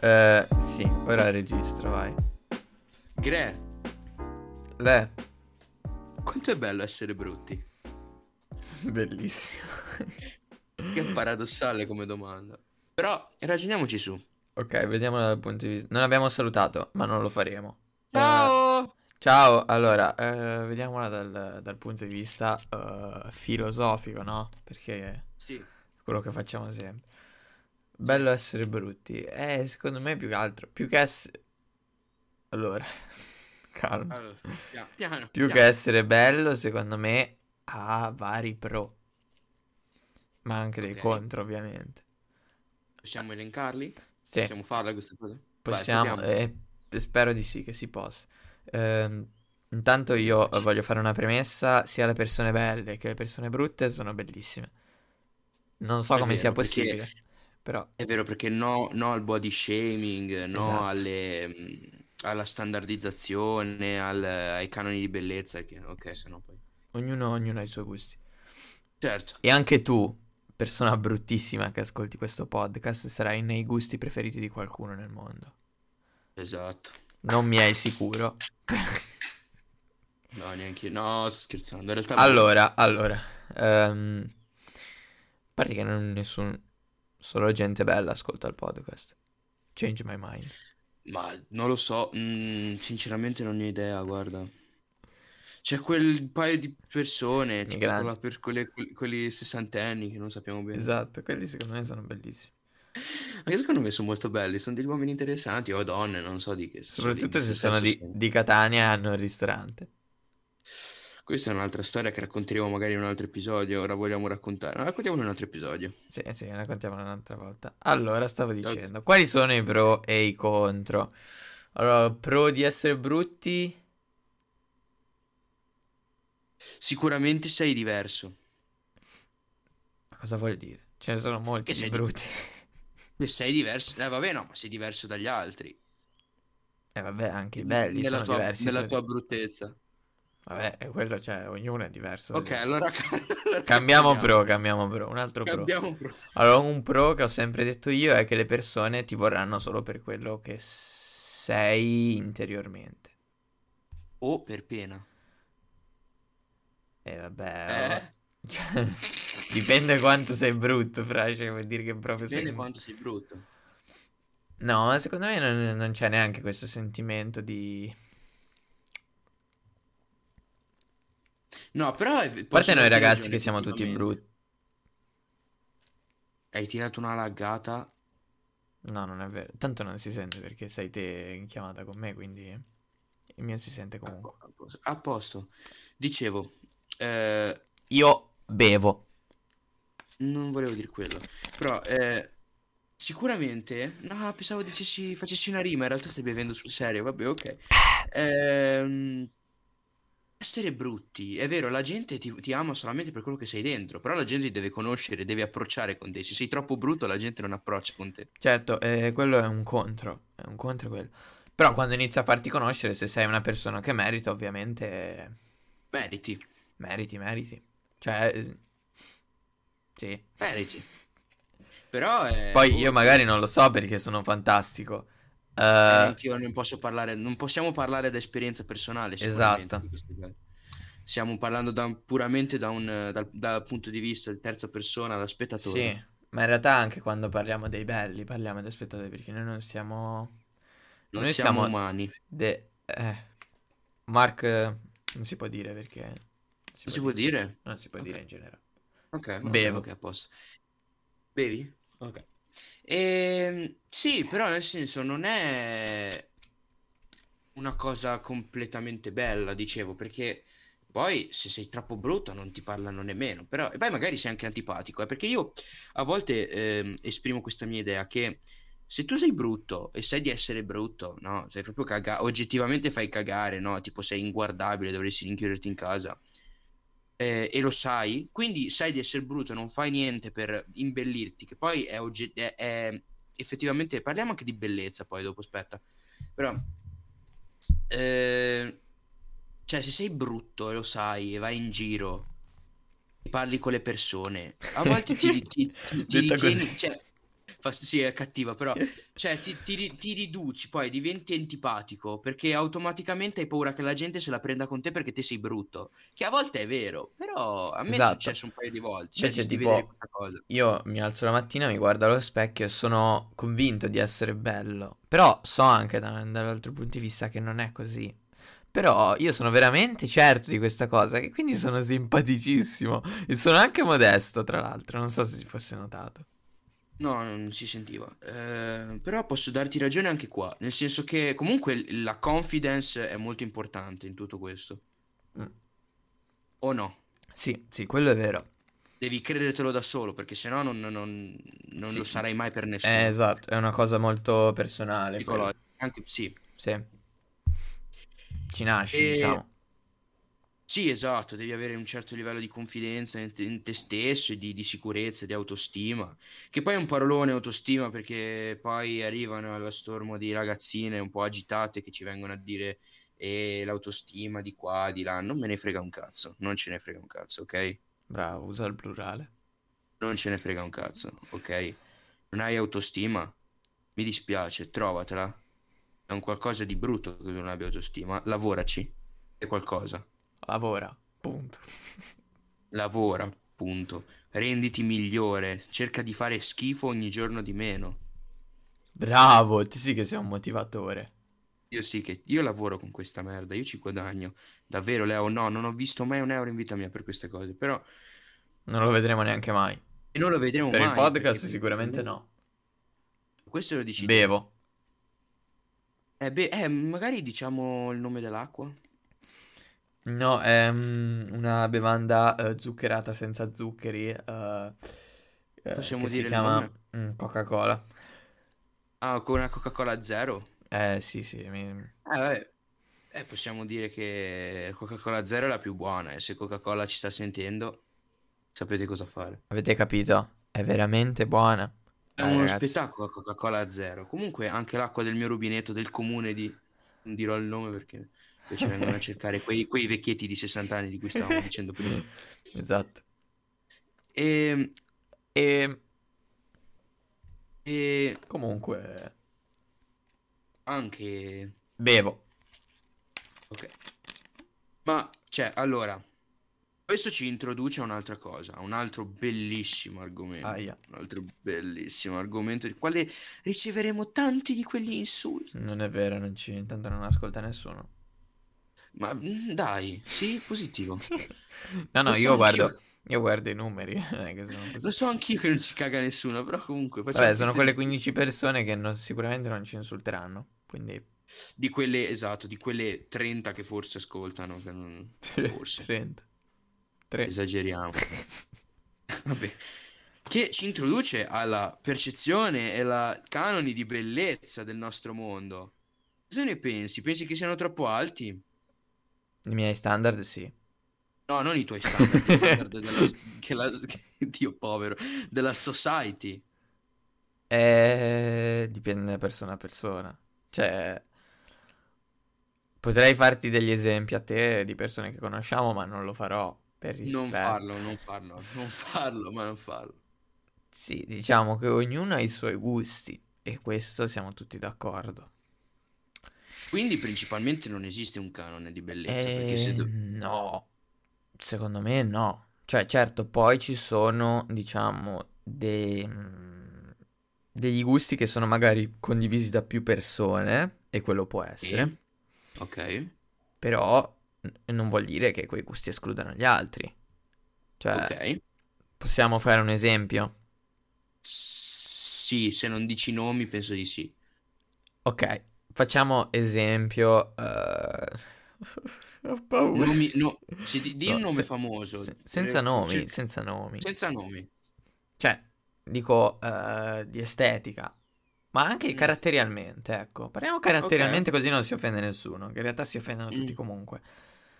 Eh, sì, ora registro, vai. Gre, Le, quanto è bello essere brutti? bellissimo. Che paradossale come domanda. Però ragioniamoci su. ok, vediamola dal punto di vista. Non abbiamo salutato, ma non lo faremo. Eh, Ciao! ciao, allora, eh, vediamola dal, dal punto di vista eh, filosofico, no? Perché Sì, è quello che facciamo sempre. Bello essere brutti. Eh, secondo me più che altro, più che essere... Allora, calma. allora, pia- piano. Più piano. che essere bello, secondo me ha vari pro, ma anche dei Ok. contro, ovviamente. Possiamo elencarli? Sì, Possiamo farla questa cosa? Vai, possiamo, eh. proviamo. e spero di sì che si possa. Ehm, intanto io eh, voglio fare una premessa, sia le persone belle che le persone brutte sono bellissime. Non so È come sia vero, perché- possibile, però È vero, perché no, no al body shaming, no Esatto. alle, mh, alla standardizzazione, al- ai canoni di bellezza. Che, ok, sennò poi. ognuno, ognuno ha i suoi gusti. Certo, E anche tu, persona bruttissima che ascolti questo podcast, sarai nei gusti preferiti di qualcuno nel mondo. esatto. Non mi è sicuro. No, neanche io. No, sto scherzando. In realtà, Allora, allora, ehm, a parte che non nessun, solo gente bella ascolta il podcast. Change my mind. ma non lo so. mm, sinceramente, non ne ho idea. Guarda, c'è quel paio di persone, tipo Migranti. quella per quelle- que- quelli sessantenni che non sappiamo bene. Esatto, quelli secondo me sono bellissimi. Anche secondo me sono molto belli. Sono degli uomini interessanti o donne, non so di che. so di- Soprattutto di se che sono sesso di, siano. di Catania e hanno il ristorante. Questa è un'altra storia che racconteremo magari in un altro episodio. Ora vogliamo raccontare. No, raccontiamo in un altro episodio. Sì, sì, ne raccontiamo un'altra volta. Allora, stavo dicendo, quali sono i pro e i contro? Allora, pro di essere brutti, Sicuramente sei diverso. ma cosa vuol dire? Ce ne sono molti Che di sei di- brutti. Se sei diverso, eh, vabbè, no, ma sei diverso dagli altri. E Eh, vabbè, anche i belli nella sono tua, diversi. cioè. nella tra di- tua bruttezza. Vabbè, è quello, cioè, ognuno è diverso. Ok, allora allora Cambiamo pro, cambiamo pro, un altro pro. Cambiamo pro. Allora, un pro che ho sempre detto io è che le persone ti vorranno solo per quello che sei interiormente. O per pena. E vabbè, Eh? cioè, dipende quanto sei brutto, fra, cioè, vuol dire che proprio sei... Bene quanto sei brutto. No, secondo me non, non c'è neanche questo sentimento di... No, però. è- A parte posso noi darti ragazzi ragione, che siamo tutti effettivamente. brutti. Hai tirato una laggata. No, non è vero. Tanto non si sente perché sei te in chiamata con me, quindi il mio si sente A comunque. a posto. A posto. Dicevo, eh, Io bevo. Non volevo dire quello. Però, eh, sicuramente. No, pensavo dicessi, facessi una rima. In realtà stai bevendo sul serio. Vabbè, ok. Ehm, essere brutti. È vero, la gente ti, ti ama solamente per quello che sei dentro. Però la gente ti deve conoscere, deve approcciare con te. Se sei troppo brutto, la gente non approccia con te. Certo, eh, quello è un contro, è un contro quello. Però quando inizia a farti conoscere, se sei una persona che merita, ovviamente eh, Meriti, meriti, meriti. Cioè, eh, sì. Eh, meriti. Però, eh, Poi boh, io magari non lo so perché sono fantastico. Eh, Anche io non posso parlare, non possiamo parlare da esperienza personale, sicuramente, Esatto. di queste cose. Stiamo parlando da- puramente da un, eh, dal, dal punto di vista di terza persona, da spettatore. sì, ma in realtà anche quando parliamo dei belli, parliamo dei spettatori, perché noi non siamo... Non noi siamo siamo cioè, umani. de- eh, Mark, eh, non si può dire perché... Non si Non si può dire? Non si può Ok. dire in generale. Ok, ok, Bevo. ok, a posto. Bevi? Ok. Ehm, sì, però nel senso non è una cosa completamente bella, dicevo, perché poi se sei troppo brutto non ti parlano nemmeno, però e poi magari sei anche antipatico, eh, perché io a volte ehm, esprimo questa mia idea che se tu sei brutto e sai di essere brutto, no, sei proprio cagare, oggettivamente fai cagare, no, tipo sei inguardabile, dovresti rinchiuderti in casa eh, e lo sai, quindi sai di essere brutto, non fai niente per imbellirti, che poi è, ogge- è- è- effettivamente parliamo anche di bellezza poi dopo, aspetta, però eh, cioè se sei brutto e lo sai e vai in giro e parli con le persone, a volte ti, ti, ti- ti Detto ritieni, così. cioè, fa- sì, è cattiva, però cioè, ti, ti ri- ti riduci, poi diventi antipatico perché automaticamente hai paura che la gente se la prenda con te perché te sei brutto. Che a volte è vero, però a me Esatto. è successo un paio di volte. Cioè, Invece, di tipo- vedere questa cosa. Io mi alzo la mattina, mi guardo allo specchio e sono convinto di essere bello. Però so anche da- dall'altro punto di vista che non è così. Però io sono veramente certo di questa cosa, che quindi sono simpaticissimo. E sono anche modesto, tra l'altro. Non so se si fosse notato. No, non si sentiva. Eh, però posso darti ragione anche qua, nel senso che comunque l- la confidence è molto importante in tutto questo. Mm. O no? Sì, sì, quello è vero. Devi credertelo da solo, perché sennò non, non- non- non Sì. lo sarai mai per nessuno. Eh, esatto, è una cosa molto personale. poi. Psicologico. Anche, sì. Sì. Ci nasci, E- diciamo. Sì, esatto, devi avere un certo livello di confidenza in te, in te stesso, e di, di sicurezza, di autostima, che poi è un parolone autostima perché poi arrivano allo stormo di ragazzine un po' agitate che ci vengono a dire eh, l'autostima di qua, di là, non me ne frega un cazzo, non ce ne frega un cazzo, ok? Bravo, usa il plurale. Non ce ne frega un cazzo, ok? Non hai autostima? Mi dispiace, trovatela. È un qualcosa di brutto che tu non abbia autostima, lavoraci, è qualcosa. Lavora, punto. Lavora, appunto. Renditi migliore. Cerca di fare schifo ogni giorno di meno. Bravo, ti sì che sei un motivatore. Io sì che io lavoro con questa merda, io ci guadagno. Davvero, Leo, no, non ho visto mai un euro in vita mia per queste cose, però Non lo vedremo neanche mai. e non lo vedremo Per mai. il podcast perché- sicuramente no. Questo lo dici. Bevo. Eh, beh, eh, magari diciamo il nome dell'acqua. No, è mm, una bevanda eh, zuccherata senza zuccheri. eh, eh, Possiamo che si dire il chiama mm, Coca-Cola. Ah, con una Coca-Cola zero. Eh sì, sì. mi- Eh, vabbè. Eh, possiamo dire che Coca-Cola zero è la più buona e se Coca-Cola ci sta sentendo, sapete cosa fare. Avete capito? È veramente buona. È Dai, uno ragazzi. spettacolo Coca-Cola zero. Comunque anche l'acqua del mio rubinetto del comune di... Non dirò il nome perché poi ci vengono a cercare quei, quei vecchietti di 60 anni di cui stavamo dicendo prima. Ehm, Esatto. E, E e comunque anche... bevo. Ok. Ma, cioè, allora, questo ci introduce a un'altra cosa, a un altro bellissimo argomento. Aia, Un altro bellissimo argomento di quale riceveremo tanti di quegli insulti. non è vero, non ci... intanto non ascolta nessuno. Ma mm, dai, sì, positivo. No, no, Lo so io guardo, anch'io. io guardo i numeri. non è che sono così. Lo so anch'io che non ci caga nessuno, però comunque facciamo Vabbè, sono finta quelle di- 15 persone che non- sicuramente non ci insulteranno. Quindi di quelle, esatto, di quelle 30 che forse ascoltano, che non- Forse. 30. Tre. Esatto. esageriamo. Vabbè. Che ci introduce alla percezione e alla canoni di bellezza del nostro mondo. Cosa ne pensi? Pensi che siano troppo alti? I miei standard, sì. No, non i tuoi standard, i standard della, che la- che- Dio povero, della society. Eh, dipende da persona a persona. Cioè, potrei farti degli esempi a te di persone che conosciamo, ma non lo farò per Non rispetto. farlo, non farlo, non farlo, ma non farlo. Sì, diciamo che ognuno ha i suoi gusti e questo siamo tutti d'accordo. Quindi principalmente non esiste un canone di bellezza, perché se Eh, do- no, secondo me no. Cioè, certo, poi ci sono, diciamo, dei, mm, degli gusti che sono magari condivisi da più persone, e quello può essere, Eh. Ok, però n- non vuol dire che quei gusti escludano gli altri. Cioè, ok. possiamo fare un esempio? Sì, se non dici nomi, penso di sì. Ok, facciamo esempio... eh, Ho paura. Nomi, no, se di, di un No, nome se- famoso. se- senza eh, nomi, cer- senza nomi. senza nomi. Cioè, dico eh, di estetica, ma anche Mm. caratterialmente, ecco. Parliamo caratterialmente così non si offende nessuno, che in realtà si offendono tutti Mm. comunque.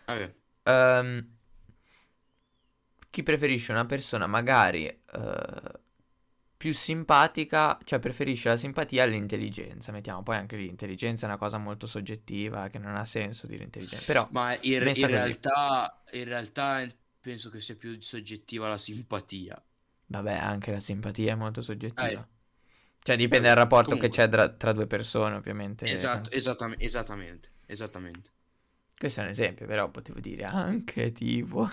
Vabbè, Ehm, chi preferisce una persona magari eh, più simpatica, cioè preferisce la simpatia all'intelligenza, mettiamo. Poi anche lì l'intelligenza è una cosa molto soggettiva, che non ha senso dire intelligenza, però... Ma in, in messa così. realtà, in realtà eh, penso che sia più soggettiva la simpatia. Vabbè, anche la simpatia è molto soggettiva. Cioè, dipende dal rapporto che Comunque. c'è tra, tra due persone, ovviamente. Esatto, esattam- esattamente, esattamente. Questo è un esempio, però potevo dire anche tipo.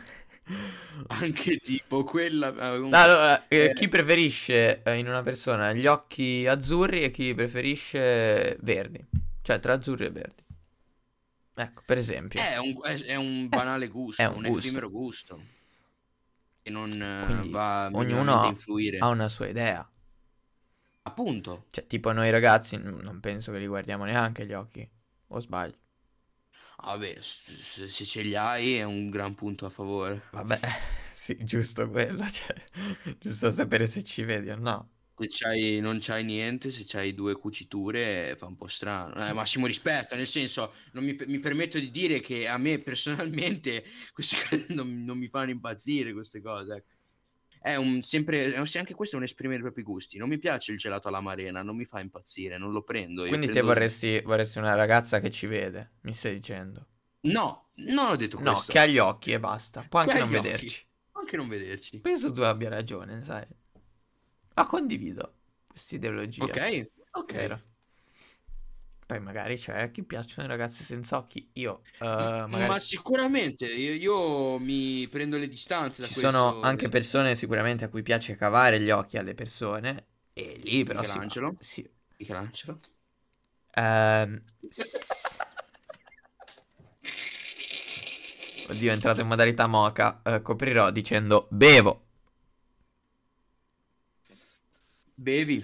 Anche tipo quella... ah, comunque- Allora, eh, Eh. chi preferisce eh, in una persona gli occhi azzurri e chi preferisce verdi? Cioè, tra azzurri e verdi. Ecco, per esempio. È un, è- è un banale gusto, eh, è un Eh, un, gusto. effimero gusto. Che non eh, Quindi va ognuno minimamente a influire. Ha una sua idea. Appunto. Cioè, tipo noi ragazzi, n- non penso che li guardiamo neanche gli occhi. O sbaglio. Vabbè, s- s- se ce li hai è un gran punto a favore. Vabbè, sì, giusto quello. Cioè, giusto sapere se ci vedi o no. Se c'hai, non c'hai niente, se c'hai due cuciture eh, fa un po' strano. Eh, massimo rispetto, nel senso, non mi, mi permetto di dire che a me personalmente queste cose non, non mi fanno impazzire queste cose. ecco. È un, sempre, è un- anche questo è un esprimere i propri gusti. Non mi piace il gelato alla marena, non mi fa impazzire, non lo prendo. io Quindi te prendo- vorresti, vorresti una ragazza che ci vede, mi stai dicendo. No, non ho detto No, questo. che ha gli occhi e basta. Può Che anche ha non gli occhi. vederci. Anche non vederci. Penso tu abbia ragione, sai. La condivido, questa ideologia. Ok, ok. Vero. Poi magari c'è chi piacciono i ragazzi senza occhi. Io, eh, magari... Ma sicuramente io, io mi prendo le distanze da Ci questo. sono anche persone sicuramente a cui piace cavare gli occhi alle persone. E lì però si... Michelangelo? si- Michelangelo. ehm, s- Oddio, è entrato in modalità moca. Eh, coprirò dicendo bevo. Bevi.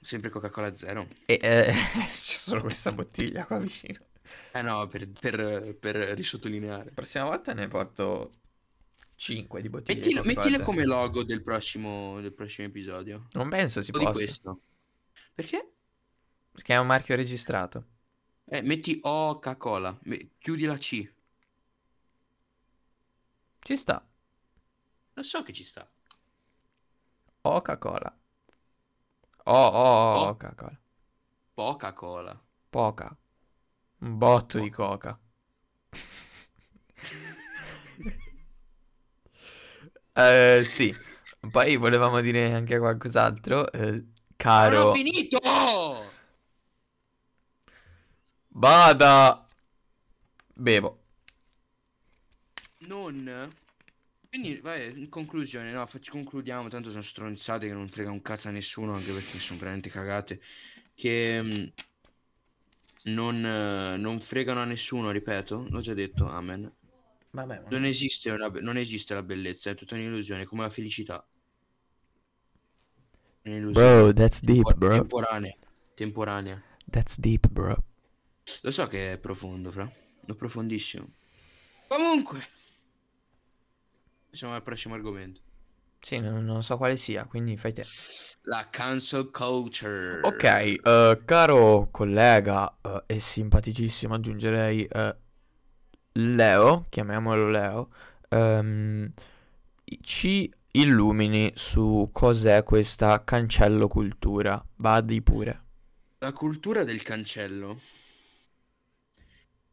Sempre Coca-Cola zero. E eh, c'è solo questa bottiglia qua vicino. Eh no, per, per, per risottolineare. La prossima volta ne porto 5 di bottiglie. di Mettilo, Coca-Cola mettile Zero. come logo del prossimo, del prossimo episodio. Non penso si O di possa. questo. Perché? Perché è un marchio registrato. Eh, metti Coca-Cola. Me- Chiudi la C. Ci sta. Lo so che ci sta. Coca-Cola. Oh, oh, oh, Po- Coca-Cola. Coca-Cola. Poca. Un botto di coca. Eh, sì. Poi volevamo dire anche qualcos'altro. Eh, Non ho caro. finito! Bada. Bevo. Non. Quindi, Mm. vai, in conclusione, no, fac- concludiamo, tanto sono stronzate che non frega un cazzo a nessuno, anche perché sono veramente cagate, che mm, non, eh, non fregano a nessuno, ripeto, l'ho già detto, amen. Vabbè, ma- Non esiste, una be- non esiste la bellezza, è tutta un'illusione, come la felicità. Un'illusione Bro, that's deep, tempor- bro. temporanea, temporanea. That's deep, bro. Lo so che è profondo, fra. È profondissimo. Comunque, siamo al prossimo argomento. Sì, non, non so quale sia, quindi fai te. La cancel culture. Ok, eh, caro collega eh, e simpaticissimo, aggiungerei eh, Leo, chiamiamolo Leo, ehm, ci illumini su cos'è questa cancello cultura. Vadi pure. La cultura del cancello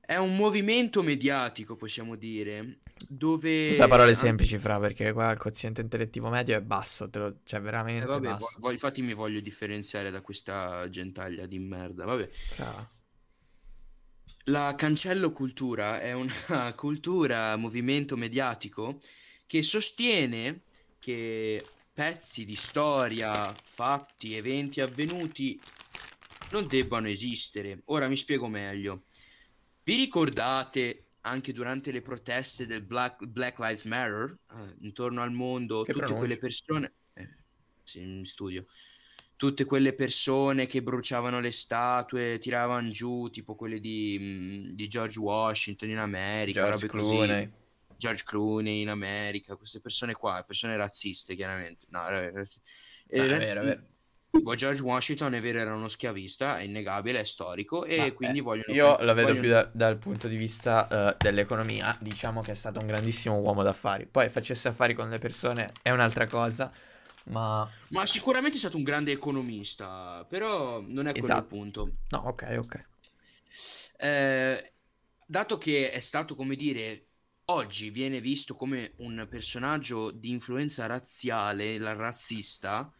è un movimento mediatico, possiamo dire, dove... Ah, Usa parole semplici, fra, perché qua il quoziente intellettivo medio è basso, te lo- cioè Eh, veramente vabbè, basso. vo- vo- infatti mi voglio differenziare da questa gentaglia di merda. Vabbè. fra. La cancello cultura è una cultura, movimento mediatico che sostiene che pezzi di storia, fatti, eventi avvenuti non debbano esistere. Ora mi spiego meglio. Vi ricordate anche durante le proteste del Black, Black Lives Matter, eh, intorno al mondo, Che tutte pronuncia. quelle persone... eh, sì, in studio. Tutte quelle persone che bruciavano le statue, tiravano giù, tipo quelle di, mh, di George Washington in America, George robe così. Clooney. George Clooney in America, queste persone qua, persone razziste chiaramente. No, ra- razzi- No, eh, è ra- vero, è vero. Boh, George Washington è vero, era uno schiavista, è innegabile, è storico e Ma, eh, quindi vogliono... Io la vedo vogliono- più da- dal punto di vista eh, dell'economia, diciamo che è stato un grandissimo uomo d'affari. Poi facesse affari con le persone è un'altra cosa, ma Ma sicuramente è stato un grande economista, però non è quello Esatto. il punto. no, ok, ok. Eh, dato che è stato, come dire, oggi viene visto come un personaggio di influenza razziale, la razzista,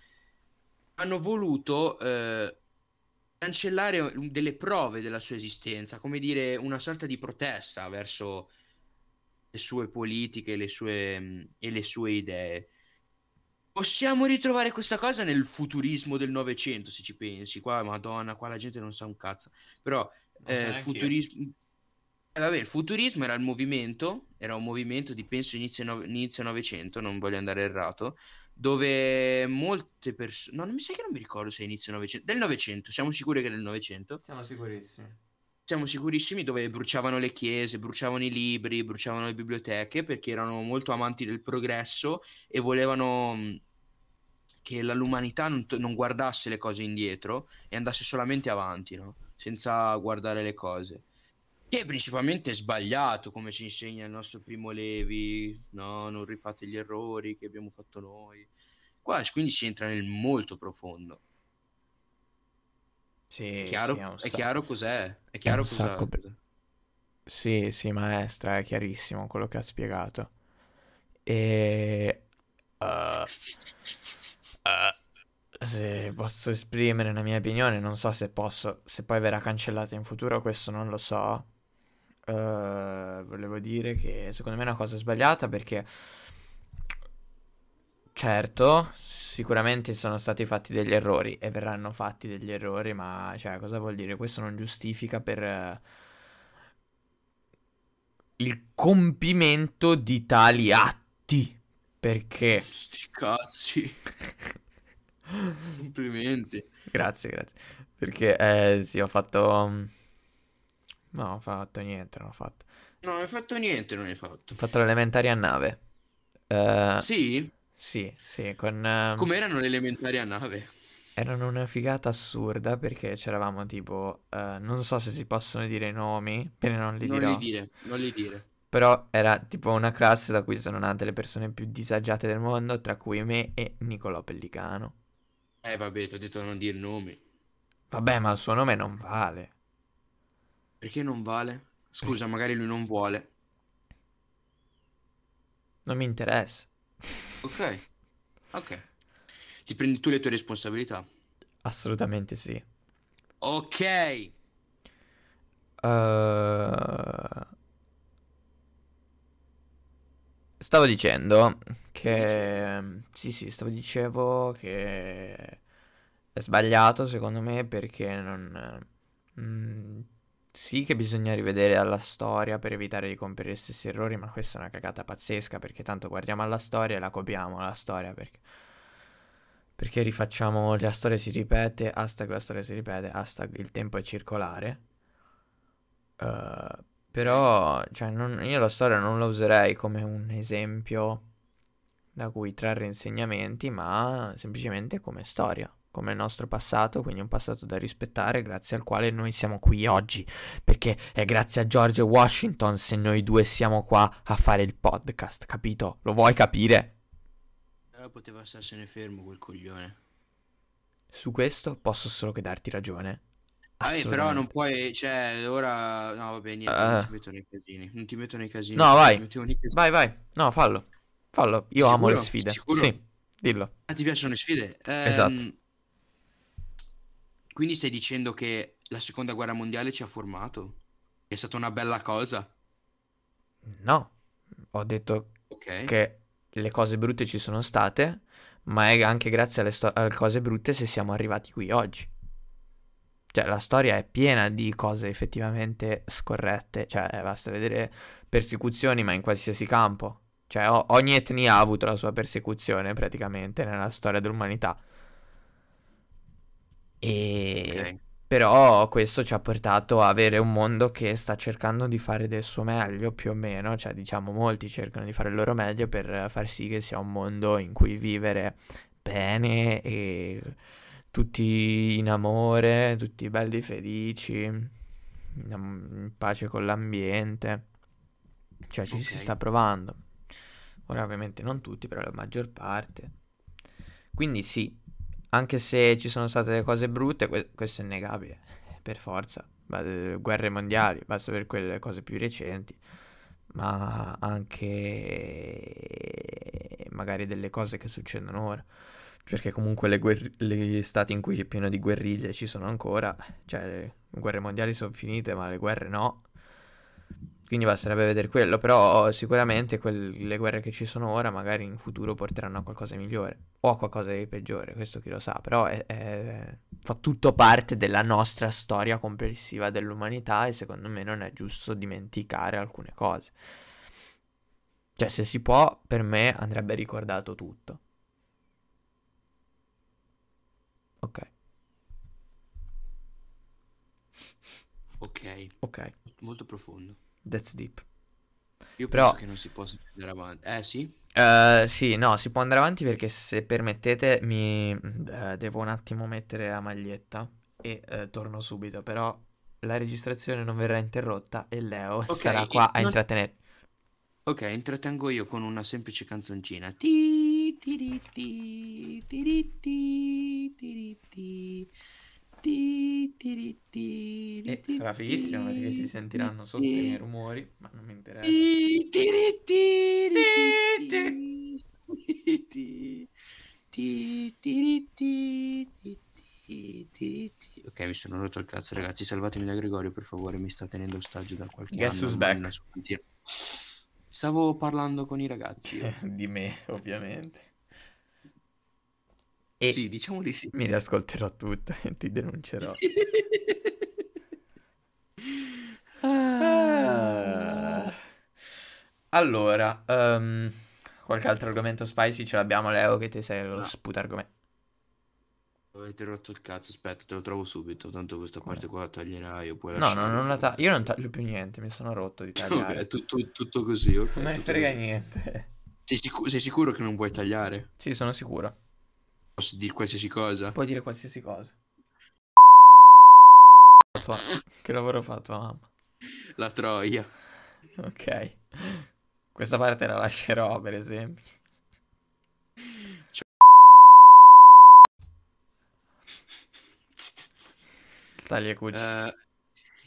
hanno voluto eh, cancellare un- delle prove della sua esistenza, come dire una sorta di protesta verso le sue politiche le sue, mh, e le sue idee. Possiamo ritrovare questa cosa nel futurismo del Novecento, se ci pensi. Qua, madonna, qua la gente non sa un cazzo. Però Non so eh, neanche io. futurismo... eh, vabbè, il futurismo era il movimento, era un movimento di penso inizio nove- inizio Novecento, non voglio andare errato, dove molte persone... No, non mi sa che non mi ricordo se è inizio Novecento, del Novecento, siamo sicuri che è del Novecento, Siamo sicurissimi. siamo sicurissimi dove bruciavano le chiese, bruciavano i libri, bruciavano le biblioteche perché erano molto amanti del progresso e volevano mh, che la- l'umanità non, to- non guardasse le cose indietro e andasse solamente avanti, no? senza guardare le cose. Che è principalmente sbagliato, come ci insegna il nostro primo Levi, no? non rifate gli errori che abbiamo fatto noi. Qua quindi si entra nel molto profondo. Sì, È chiaro, Eh, sì, ha un è sacco- chiaro cos'è. È chiaro un cos'è. sacco per- Sì, sì, maestra, è chiarissimo quello che ha spiegato. E... eh, eh, se posso esprimere una mia opinione, non so se posso, se poi verrà cancellata in futuro, questo non lo so. Eh, volevo dire che secondo me è una cosa sbagliata perché, certo, sicuramente sono stati fatti degli errori e verranno fatti degli errori, ma cioè, cosa vuol dire? Questo non giustifica per... eh, il compimento di tali atti. Perché? Sti cazzi, complimenti. Grazie, grazie. Perché, eh, sì, ho fatto... mm, No, ho fatto niente, non ho fatto. No, non hai fatto niente, non hai fatto. Ho fatto l'elementare a nave. Eh, Sì? sì, sì, con... ehm, Com'erano le elementari a nave? Erano una figata assurda perché c'eravamo tipo... eh, non so se si possono dire i nomi, bene non li Non dirò. li dire, non li dire. Però era tipo una classe da cui sono nate le persone più disagiate del mondo, tra cui me e Nicolò Pellicano. Eh, vabbè, ti ho detto non dire nomi. Vabbè, ma il suo nome non vale. Perché non vale? Scusa, magari lui non vuole. Non mi interessa. Ok, ok. Ti prendi tu le tue responsabilità. Assolutamente sì. Ok, Eh, Stavo dicendo che... Sì, sì, stavo dicevo che è sbagliato secondo me perché non... mm, Sì che bisogna rivedere alla storia per evitare di compiere gli stessi errori, ma questa è una cagata pazzesca perché tanto guardiamo alla storia e la copiamo la storia perché... Perché rifacciamo la storia si ripete, hashtag la storia si ripete, hashtag il tempo è circolare. Eh, però, cioè, non- io la storia non la userei come un esempio da cui trarre insegnamenti, ma semplicemente come storia, come il nostro passato, quindi un passato da rispettare, grazie al quale noi siamo qui oggi. Perché è grazie a George Washington se noi due siamo qua a fare il podcast, capito? Lo vuoi capire? Eh, poteva starsene fermo quel coglione. Su questo posso solo che darti ragione. Vabbè, però non Assolutamente. puoi, cioè, ora... No, vabbè, niente, Eh. non ti metto nei casini. Non ti metto nei casini. No, vai. Ti mettevo nei casini. Vai, vai. No, fallo. Fallo. Io amo le Sicuro? sfide. Sicuro? Sì, dillo. Ah, ti piacciono le sfide? Ehm, Esatto. Quindi stai dicendo che la seconda guerra mondiale ci ha formato? È stata una bella cosa. No, ho detto Ok. che le cose brutte ci sono state, ma è anche grazie alle, sto- alle cose brutte se siamo arrivati qui oggi. Cioè, la storia è piena di cose effettivamente scorrette, cioè, basta vedere persecuzioni, ma in qualsiasi campo. Cioè, o- ogni etnia ha avuto la sua persecuzione, praticamente, nella storia dell'umanità. E... Ok. Però questo ci ha portato a avere un mondo che sta cercando di fare del suo meglio, più o meno, cioè diciamo molti cercano di fare il loro meglio per far sì che sia un mondo in cui vivere bene e tutti in amore, tutti belli felici, in, am- in pace con l'ambiente. Cioè ci si Ok. sta provando. Ora ovviamente non tutti, però la maggior parte. Quindi sì, anche se ci sono state delle cose brutte, que- questo è innegabile, per forza. Ma, eh, Guerre mondiali, basta per quelle cose più recenti, ma eh, anche magari delle cose che succedono ora. Perché comunque le guerri- gli stati in cui è pieno di guerriglie ci sono ancora, cioè le guerre mondiali sono finite, ma le guerre no. Quindi basterebbe vedere quello, però sicuramente quel- le guerre che ci sono ora magari in futuro porteranno a qualcosa di migliore o a qualcosa di peggiore, questo chi lo sa, però è- è- fa tutto parte della nostra storia complessiva dell'umanità e secondo me non è giusto dimenticare alcune cose. Cioè, se si può, per me andrebbe ricordato tutto. Ok, Ok, ok, molto profondo. that's deep. Io Però- penso che non si possa andare avanti. Eh sì? Eh, sì, no, si può andare avanti perché se permettete mi eh, devo un attimo mettere la maglietta e eh, torno subito, però la registrazione non verrà interrotta e Leo sarà qua a non- intrattenere. Ok, intrattengo io con una semplice canzoncina. Ti ti ri, ti ti ri, ti ti ri, ti ti ti ri, ti ri, E ti, Eh, sarà fighissimo perché si ti, sentiranno ti, sotto i miei ti, rumori, ma non mi interessa. ti, ti ri, ti ri, Ti, ti, ti, ti, ti, ti ri, ti, ti, ti, ti, ti. Ok, mi sono rotto il cazzo, ragazzi. Salvatemi da Gregorio, per favore. Mi sta tenendo ostaggio da qualche Guess anno, who's ormai back? una cinquantina. Stavo parlando con i ragazzi. io. Di me, ovviamente. Eh, E Sì, diciamo di sì. mi riascolterò tutto e ti denuncerò. Ah. Ah. Allora, ehm, qualche altro argomento spicy ce l'abbiamo, Leo, che ti sei lo No. sputa argomento. Avete rotto il cazzo, aspetta, te lo trovo subito, tanto questa Come? parte qua la taglierai o puoi No, no, lasciare. non la insomma. ta- io non taglio più niente, mi sono rotto di Ok, tagliare. è tu- tu- tutto così, ok. Non me ne tutto frega così. niente. Sei, sicu- sei sicuro che non vuoi tagliare? Sì, sono sicuro. Posso dire qualsiasi cosa? Puoi dire qualsiasi cosa. Tua- Che lavoro fa tua mamma? La troia. Ok. Questa parte la lascerò, per esempio. Taglia cucci. Eh,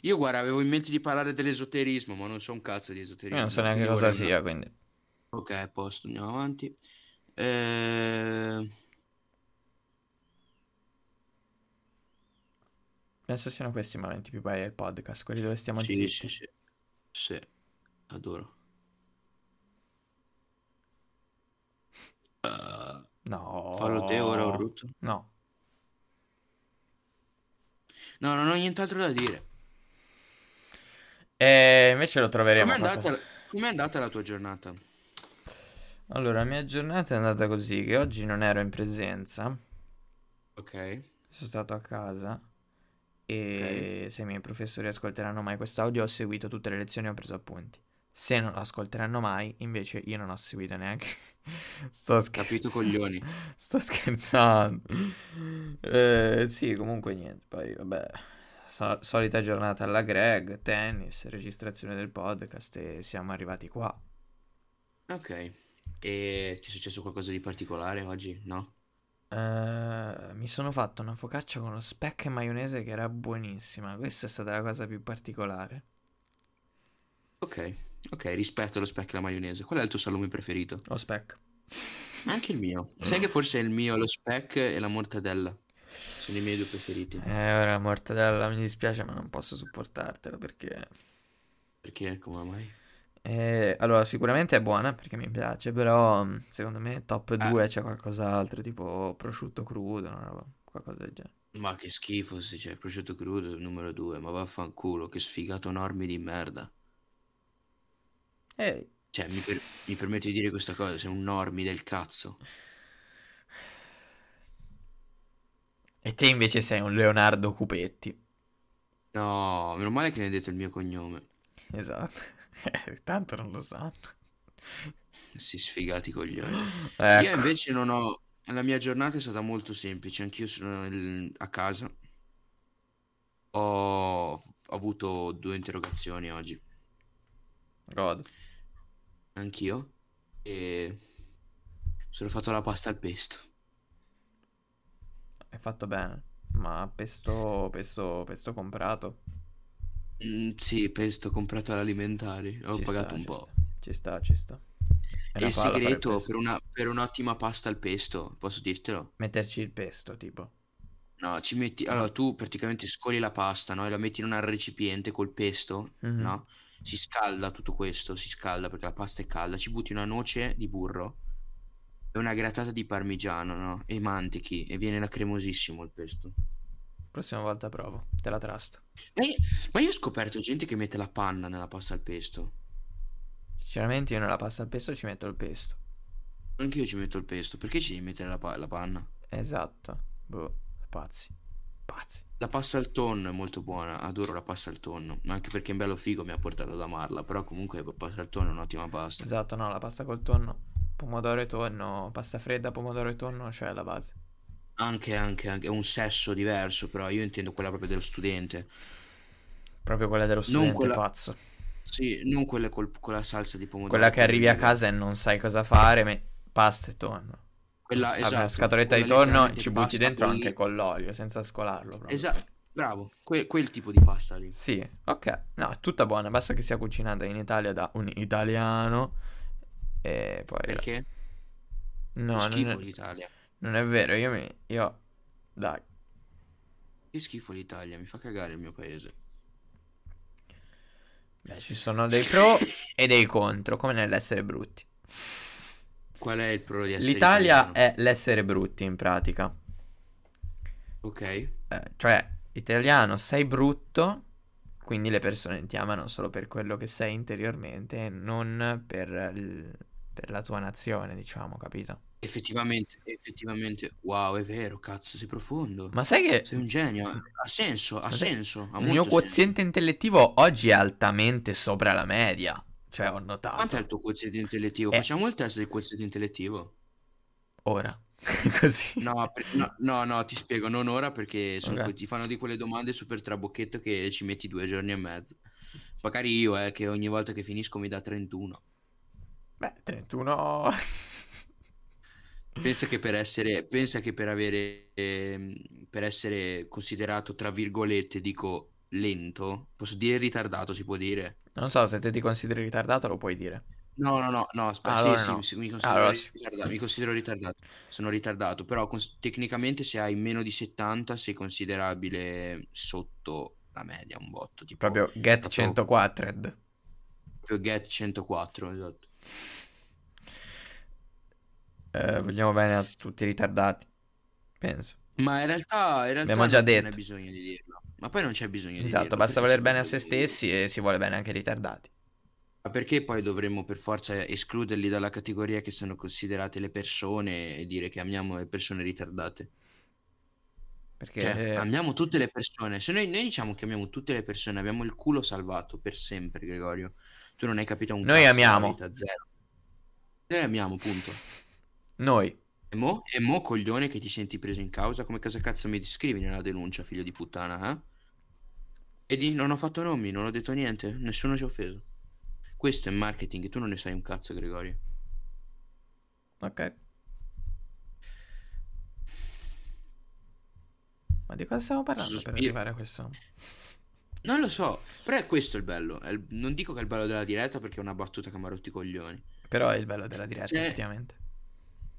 io guarda, avevo in mente di parlare dell'esoterismo, ma non so un cazzo di esoterismo. Io non so neanche quindi cosa vorrei- sia, quindi. Ok, a posto, andiamo avanti. Eh, Penso siano questi i momenti più belli del podcast, quelli dove stiamo sì, sì, zitti. sì. Sì, adoro. Eh, No. fallo te ora, Oh. ho rotto. No. No, non ho nient'altro da dire. E invece lo troveremo. Com'è qualcosa. andata, com'è andata la tua giornata? Allora, la mia giornata è andata così, che oggi non ero in presenza, Ok. sono stato a casa e se i miei professori ascolteranno mai quest'audio ho seguito tutte le lezioni e ho preso appunti. Se non lo ascolteranno mai, invece io non ho seguito neanche. Sto Capito, scherzando. coglioni. Sto scherzando. Eh, sì, comunque niente, poi vabbè. so- solita giornata alla Greg, tennis, registrazione del podcast e siamo arrivati qua. Ok. E ti è successo qualcosa di particolare oggi? No? Eh, mi sono fatto una focaccia con lo speck e maionese che era buonissima. Questa è stata la cosa più particolare. Ok. Ok, rispetto allo specchio e alla maionese. Qual è il tuo salume preferito? Lo speck. Anche il mio. Sai che forse il mio, lo spec e la mortadella. Sono i miei due preferiti. Eh, ora la mortadella mi dispiace, ma non posso supportartela perché. Perché? Come mai? Eh, allora, sicuramente è buona perché mi piace, però mm, secondo me top Ah. 2 c'è qualcos'altro, tipo prosciutto crudo, una roba, qualcosa del genere. Ma che schifo se c'è il prosciutto crudo numero 2, ma vaffanculo, che sfigato enorme di merda. Ehi, Cioè, mi, per- mi permetti di dire questa cosa, sei un normi del cazzo. E te invece sei un Leonardo Cupetti. No, meno male che ne hai detto il mio cognome. Esatto. Eh, tanto non lo sanno. Si sfigati coglioni. Io Ecco. invece non ho... La mia giornata è stata molto semplice, anch'io sono il- a casa. Ho... ho avuto due interrogazioni oggi, God. anch'io. E... Sono fatto la pasta al pesto. È fatto bene, ma pesto, pesto, pesto comprato. Mm, sì, pesto comprato all'alimentare, ho Ci sta, pagato un ci po'. sta, ci sta, ci sta. E una palla il fare segreto questo. per, una- per un'ottima pasta al pesto, posso dirtelo? Metterci il pesto, tipo. No, ci metti... Allora, Ah. tu praticamente scoli la pasta, no? E la metti in un recipiente col pesto, Mhm. no? Si scalda tutto questo, si scalda perché la pasta è calda. Ci butti una noce di burro e una grattata di parmigiano, no? E mantechi e viene la cremosissimo il pesto. Prossima volta provo. Te la trasto. Ma io, ma io ho scoperto gente che mette la panna nella pasta al pesto. Sinceramente, io nella pasta al pesto ci metto il pesto. Anche io ci metto il pesto. Perché ci devi mettere la, pa- la panna? Esatto. Boh, pazzi. Pazzi. La pasta al tonno è molto buona, adoro la pasta al tonno, ma anche perché è bello figo mi ha portato ad amarla, però comunque la pasta al tonno è un'ottima pasta. Esatto, no, la pasta col tonno. Pomodoro e tonno. Pasta fredda, pomodoro e tonno, cioè la base. Anche, anche, anche, è un sesso diverso, però io intendo quella proprio dello studente. Proprio quella dello studente quella- pazzo. Sì, non quella col, con la salsa di pomodoro. Quella che arrivi a quella- casa e non sai cosa fare, me- pasta e tonno. Quella, Apri esatto, una scatoletta di quella tonno e letteralmente ci butti pasta dentro anche bollita. con l'olio, senza scolarlo proprio. Esatto, bravo, que- quel tipo di pasta lì. Sì, ok. No, è tutta buona, basta che sia cucinata in Italia da un italiano. E poi... Perché? No, Che non schifo è, l'Italia. non è vero, io mi... Io... Dai. Che schifo l'Italia, mi fa cagare il mio paese. Beh, ci sono dei pro e dei contro, come nell'essere brutti. Qual è il pro di essere L'Italia italiano? è l'essere brutti in pratica. Ok. Eh, cioè, italiano, sei brutto, quindi le persone ti amano solo per quello che sei interiormente, e non per, il- per la tua nazione, diciamo, capito? Effettivamente, effettivamente, wow, è vero, cazzo, sei profondo. Ma sai che Sei un genio, eh. ha senso, ha Ma sai- senso, ha il mio molto senso. quoziente intellettivo oggi è altamente sopra la media? Cioè, ho Quanto è notato. il tuo quoziente intellettivo? Eh. Facciamo il test del quoziente intellettivo? Ora. Così. No, per- no, no, no, ti spiego, non ora perché sono Ok. que- ti fanno di quelle domande super trabocchetto che ci metti due giorni e mezzo. Magari io, eh, che ogni volta che finisco mi dà 31. Beh, 31... Pensa che per essere, pensa che per avere, ehm, per essere considerato, tra virgolette, dico lento, posso dire ritardato, si può dire? Non so, se te ti consideri ritardato lo puoi dire. No, no, no, no, aspetta, Allora sì, sì, no. sì, mi considero Allora sì. ritardato, mi considero ritardato, sono ritardato, però cons- tecnicamente se hai meno di 70 sei considerabile sotto la media, un botto, tipo Proprio get proprio- 104. proprio get 104, esatto. Eh, vogliamo bene a tutti i ritardati. Penso. Ma in realtà, in Abbiamo realtà già non ce n'è detto. bisogno di dirlo, ma poi non c'è bisogno di Esatto, dirlo, basta perché voler bene a se sarebbe- stessi e si vuole bene anche ai ritardati. Ma perché poi dovremmo per forza escluderli dalla categoria che sono considerate le persone e dire che amiamo le persone ritardate? Perché eh, Cioè, amiamo tutte le persone. Se noi, noi diciamo che amiamo tutte le persone, abbiamo il culo salvato per sempre, Gregorio. Tu non hai capito un Noi cazzo della amiamo. vita, zero. Noi amiamo, punto. noi, E mo, e mo, coglione, che ti senti preso in causa, come cosa cazzo mi descrivi nella denuncia, figlio di puttana, eh? E di, non ho fatto nomi, non ho detto niente, nessuno ci ha offeso. Questo è marketing, tu non ne sai un cazzo, Gregorio. ok. Ma di cosa stiamo parlando per Io- arrivare a questo? Non lo so, però è questo il bello. è il- non dico che è il bello della diretta perché è una battuta che mi ha rotto i coglioni. Però è il bello della diretta, Cioè- effettivamente.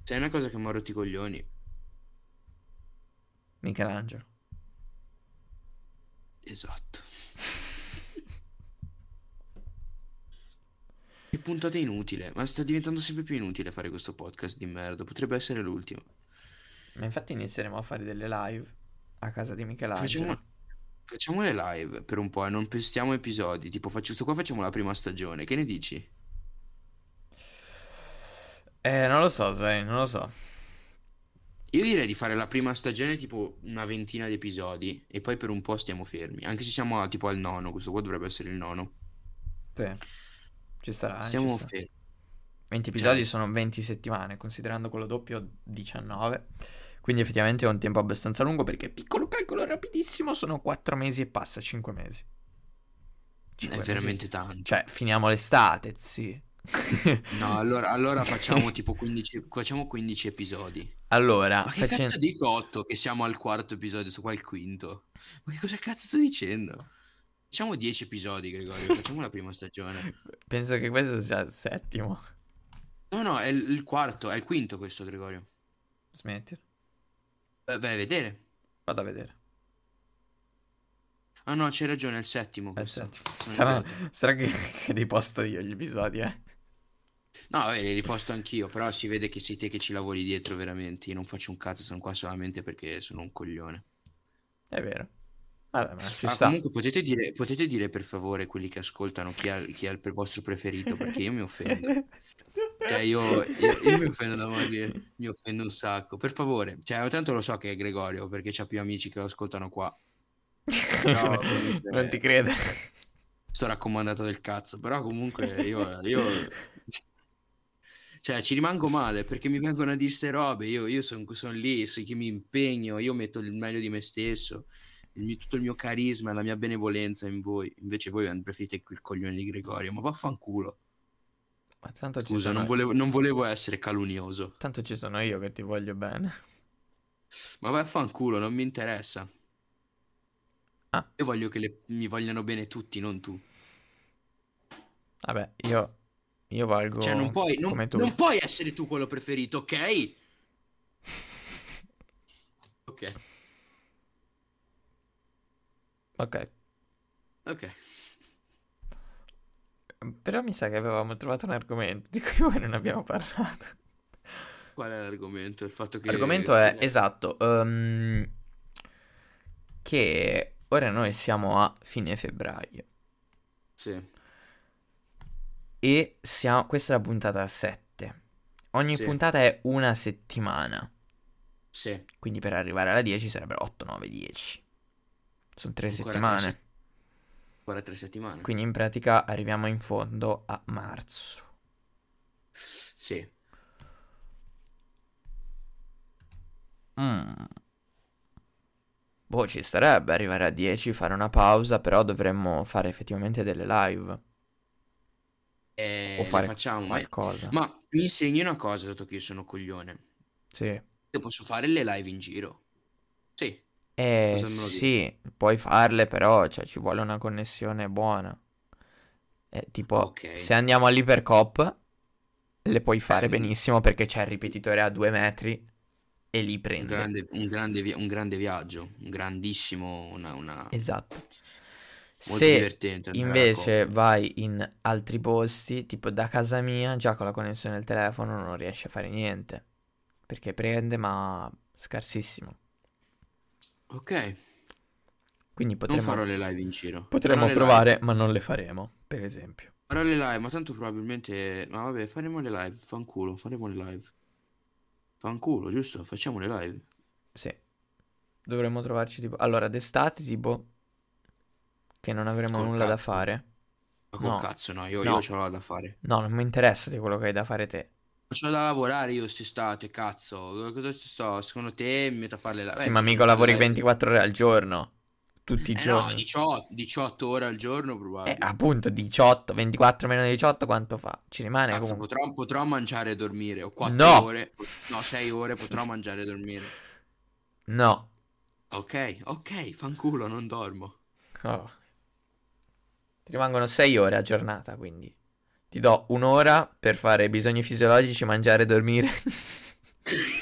Se è una cosa che mi ha rotto i coglioni, Michelangelo. Esatto. Che puntata inutile, ma sta diventando sempre più inutile fare questo podcast di merda, potrebbe essere l'ultimo. Ma infatti inizieremo a fare delle live a casa di Michelangelo. Facciamo, facciamo le live per un po' e non pestiamo episodi, tipo faccio sto qua facciamo la prima stagione, che ne dici? Eh, non lo so, sai, non lo so. Io direi di fare la prima stagione tipo una ventina di episodi e poi per un po' stiamo fermi, anche se siamo a- tipo al nono, questo qua dovrebbe essere il nono. Sì. Ci sarà, eh, ci Stiamo sarà. fermi. 20 episodi sono 20 settimane, considerando quello doppio 19. Quindi effettivamente è un tempo abbastanza lungo perché piccolo calcolo rapidissimo sono 4 mesi e passa 5 mesi. È Cinque mesi. veramente tanto. Cioè, finiamo l'estate, sì. Cioè, No, allora, allora facciamo tipo 15, facciamo 15 episodi. Allora, Ma che facen- cazzo dico 8 che siamo al quarto episodio, sto qua al quinto? Ma che cosa cazzo sto dicendo? Facciamo 10 episodi, Gregorio, facciamo la prima stagione. penso che questo sia il settimo. No, no, è il il quarto, è il quinto questo, Gregorio. Smettila. Beh, vai a vedere. Vado a vedere. Ah no, c'hai ragione, è il settimo Eh, questo. senti, Sono sarà, arrivato. sarà che, che riposto io gli episodi, eh. No, vabbè, li riposto anch'io, però si vede che sei te che ci lavori dietro veramente. Io non faccio un cazzo, sono qua solamente perché sono un coglione. È vero. Vabbè, ma ci Ah, sta. comunque potete dire, potete dire per favore quelli che ascoltano chi è, chi è il vostro preferito, perché io mi offendo. Cioè, io, io- io mi offendo da morire, mi offendo un sacco. Per favore, cioè, tanto lo so che è Gregorio, perché c'ha più amici che lo ascoltano qua. Però, comunque, non ti credo. Sto raccomandato del cazzo, però comunque io, io- cioè, ci rimango male perché mi vengono a dire ste robe. Io, io sono lì, so che mi impegno, io metto il meglio di me stesso, il mio- tutto il mio carisma, la mia benevolenza in voi. Invece voi preferite il coglione di Gregorio, ma vaffanculo. Ma tanto ci, Scusa, sono... non volevo, non volevo essere calunioso, tanto ci sono io che ti voglio bene. ma vaffanculo, non mi interessa. Ah. Io voglio che le- mi vogliano bene tutti, non tu. Vabbè, io, io valgo Cioè, non puoi, non- come tu. non puoi essere tu quello preferito, ok? Ok, Ok, ok. però mi sa che avevamo trovato un argomento di cui poi non abbiamo parlato. Qual è l'argomento? Il fatto che... L'argomento è esatto, ehm, che ora noi siamo a fine febbraio Sì, e siamo, questa è la puntata 7. Ogni Sì. puntata è una settimana, sì. quindi per arrivare alla 10 sarebbero 8, 9, 10. Sono tre Ancora Mm. tre settimane, se- Ancora tre settimane. quindi in pratica arriviamo in fondo a marzo. Sì. Mm. Boh, ci starebbe arrivare a 10, fare una pausa, però dovremmo fare effettivamente delle live E o le fare eh, facciamo. Ma... qualcosa. Mm. ma mi insegni una cosa, dato che io sono coglione. Sì. Io posso fare le live in giro. Sì. Eh Cosa me lo dici? sì, puoi farle però, cioè ci vuole una connessione buona. Eh, tipo, Ok. se andiamo all'Ipercop, le puoi fare Eh. benissimo perché c'è il ripetitore a due metri e lì Un prende. grande, un grande vi- un grande viaggio. Un grandissimo... Una, una... Molto Esatto. Se divertente. eh, andare alla invece vai in altri posti, tipo da casa mia, già con la connessione del telefono non riesci a fare niente. Perché prende, ma scarsissimo. Coop. Ok, Quindi non potremmo, farò le live in giro. potremmo Farò le live. provare, ma non le faremo, per esempio. Farò le live, ma tanto probabilmente. Ma vabbè, faremo le live. Fanculo, faremo le live. Fanculo, giusto? Facciamo le live. Sì. Dovremmo trovarci tipo... Allora, d'estate tipo... Che non avremo Col nulla da cazzo. fare. Ma col No. cazzo, no, io, No. io ce l'ho da fare. No, non mi interessa di quello che hai da fare te. C'ho da lavorare io quest'estate, cazzo. Cosa ci sto? Secondo te mi metto a fare le live? Sì, Eh, ma faccio mica le lavori live. 24 ore al giorno. Tutti i Eh no, giorni. 18, 18 ore al giorno Eh, probabile. appunto, 18, 24 meno 18 quanto fa? Ci rimane Cazzo, eh, comunque. potrò, potrò mangiare e dormire. Ho 4 No. ore. No, 6 ore, potrò mangiare e dormire. No. Ok, ok, fanculo, non dormo. Oh. Ti rimangono 6 ore a giornata, quindi. Ti do un'ora per fare bisogni fisiologici, mangiare e dormire.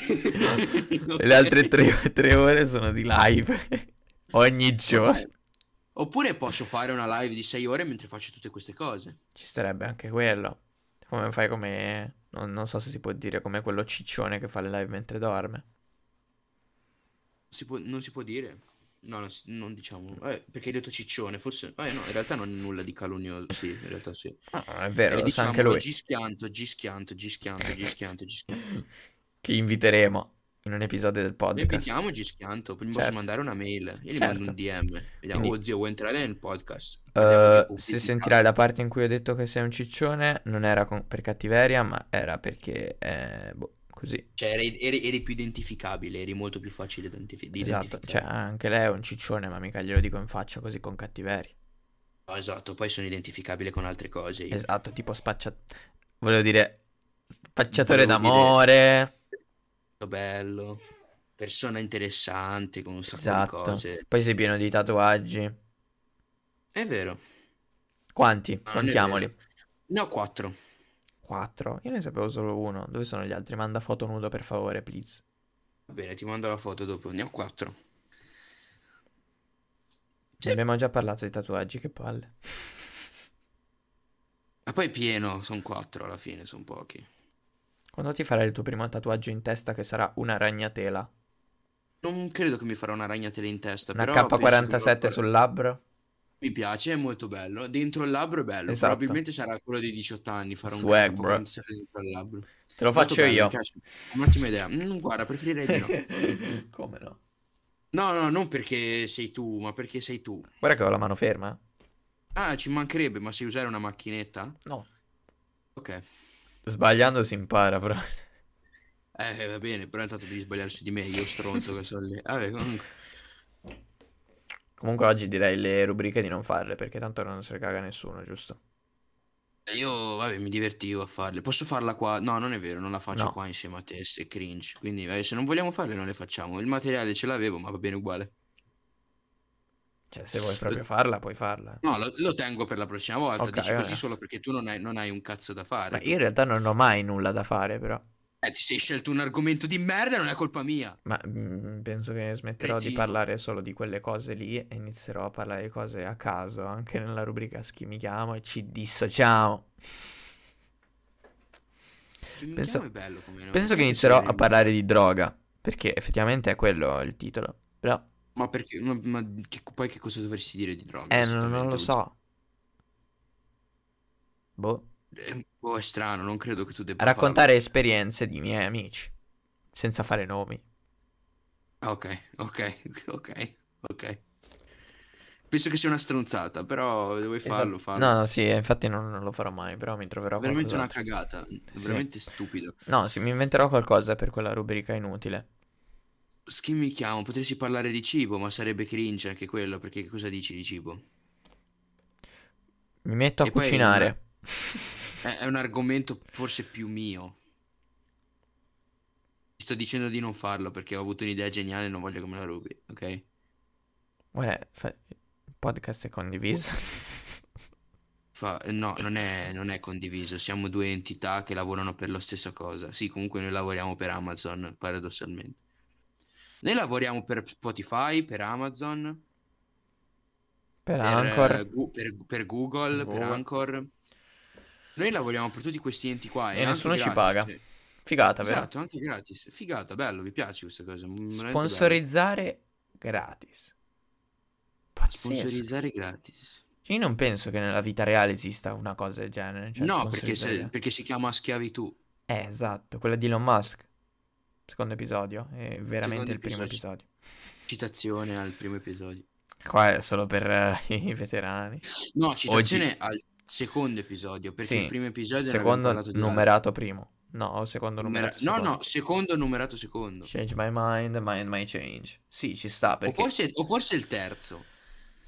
E le altre Ok. 3, ore sono di live. Ogni giorno. Vabbè. Oppure posso fare una live di 6 ore mentre faccio tutte queste cose. Ci starebbe anche quello. Come fai come... Non, non so se si può dire come quello ciccione che fa le live mentre dorme. Si può- non si può dire. No, non, si- non diciamo. Eh, perché hai detto ciccione, forse. Eh, no, in realtà non è nulla di calunioso. Sì, in realtà sì. Ah, non è vero, Eh, lo sa diciamo anche lui. Gischianto, Gischianto, Gischianto, Gischianto, Gischianto. Che inviteremo in un episodio del Lo podcast. invitiamo Gischianto, poi mi Certo. posso mandare una mail. Io gli Certo. mando un DM. Vediamo, Quindi- oh zio, vuoi entrare nel podcast? Parliamo Eh, di se pubblicità. sentirai la parte in cui ho detto che sei un ciccione, non era con- per cattiveria, ma era perché... eh, boh, così. Cioè, eri, eri- eri più identificabile, eri molto più facile da identifi- di Esatto. identificare. Cioè, anche lei è un ciccione, ma mica glielo dico in faccia così con cattiveria. No, esatto, poi sono identificabile con altre cose. io. Esatto, tipo spaccia... Volevo dire... Spacciatore Volevo dire- d'amore. molto bello, persona interessante con un sacco Esatto. di cose. Poi sei pieno di tatuaggi. È vero. Quanti? è Ah, Contiamoli. vero. Ne ho quattro. quattro. Io ne sapevo solo uno. Dove sono gli altri? Manda foto nudo per favore, please. Va bene, ti mando la foto dopo, ne ho quattro. Cioè, Sì. Ne abbiamo già parlato di tatuaggi, che palle. Ma poi pieno, sono quattro alla fine, sono pochi. Quando ti farai il tuo primo tatuaggio in testa che sarà una ragnatela? Non credo che mi farò una ragnatela in testa, Una però penso che K47 lo- sul labbro? Mi piace, è molto bello. Dentro il labbro è bello, Esatto. probabilmente sarà quello dei 18 anni, farò un Swag, capo bro. quando sarà dentro il labbro. Te lo faccio io. Un'ottima idea. Mm, guarda, preferirei di no. Come no? No, no, non perché sei tu, ma perché sei tu. Guarda che ho la mano ferma. eh. Ah, ci mancherebbe, ma sai usare una macchinetta? No. Ok. Sbagliando si impara, però. Eh, va bene, però intanto devi sbagliare su di me, io stronzo che sono lì. Vabbè, comunque. Comunque oggi direi le rubriche di non farle, perché tanto non se ne caga nessuno, giusto? Io, vabbè, mi divertivo a farle. Posso farla qua? No, non è vero, non la faccio No. qua insieme a te, se cringe. Quindi, eh, se non vogliamo farle, non le facciamo. Il materiale ce l'avevo, ma va bene uguale. Cioè, se vuoi proprio farla, puoi farla. No, lo, lo tengo per la prossima volta. Ok, Dici così allora. solo perché tu non hai, non hai un cazzo da fare. Ma io in realtà non ho mai nulla da fare, però. Eh, ti sei scelto un argomento di merda, non è colpa mia. Ma mm, penso che smetterò di Cretino. parlare solo di quelle cose lì e inizierò a parlare di cose a caso, anche nella rubrica Schi mi chiamo e ci dissociamo. Streaming Penso- è bello come Penso che come inizierò a streaming. parlare di droga, perché effettivamente è quello il titolo. Però, Ma perché? Ma, ma che- poi che cosa dovresti dire di droga? eh, non, non lo esattamente? so. Boh. È un po' strano, non credo che tu debba A raccontare esperienze di miei amici, senza fare nomi. farlo. Ok, ok, ok, ok. Penso che sia una stronzata, però devi farlo, Esatto. farlo. No, no, sì, infatti non, non lo farò mai, però mi troverò veramente una qualcos'altro. cagata, Sì. veramente stupido. No, sì, mi inventerò qualcosa per quella rubrica inutile. Schi mi chiamo, potresti parlare di cibo, ma sarebbe cringe anche quello, perché che cosa dici di cibo? Mi metto a E poi cucinare. È, è un argomento forse più mio. Ti sto dicendo di non farlo perché ho avuto un'idea geniale e non voglio che me la rubi, ok? Guarda, fa- il podcast è condiviso. Fa- No, non è, non è condiviso, siamo due entità che lavorano per la stessa cosa. Sì, comunque noi lavoriamo per Amazon, paradossalmente. Noi lavoriamo per Spotify, per Amazon, Per per, Anchor. eh, Gu- per- per Google, per Google. Anchor. Noi lavoriamo per tutti questi enti qua E e anche nessuno ci gratis, paga. cioè. Figata, vero? Esatto, anche gratis. Figata, bello, vi piace questa cosa? veramente bello. Sponsorizzare gratis. Pazzesco. Sponsorizzare gratis. Io non penso che nella vita reale esista una cosa del genere. cioè No, perché, se- sponsorizzare gratis. perché si chiama schiavitù. Eh, esatto, quella di Elon Musk. Secondo episodio, è veramente Secondo il primo episodio. episodio. Citazione al primo episodio. Qua è solo per eh, i veterani. No, citazione al secondo episodio, perché Sì, il primo episodio ne abbiamo Secondo parlato di numerato primo. No, secondo altro. numerato Numera- secondo. No, no, secondo numerato secondo. Change my mind, mind my change. Sì, ci sta O perché forse, o forse il terzo.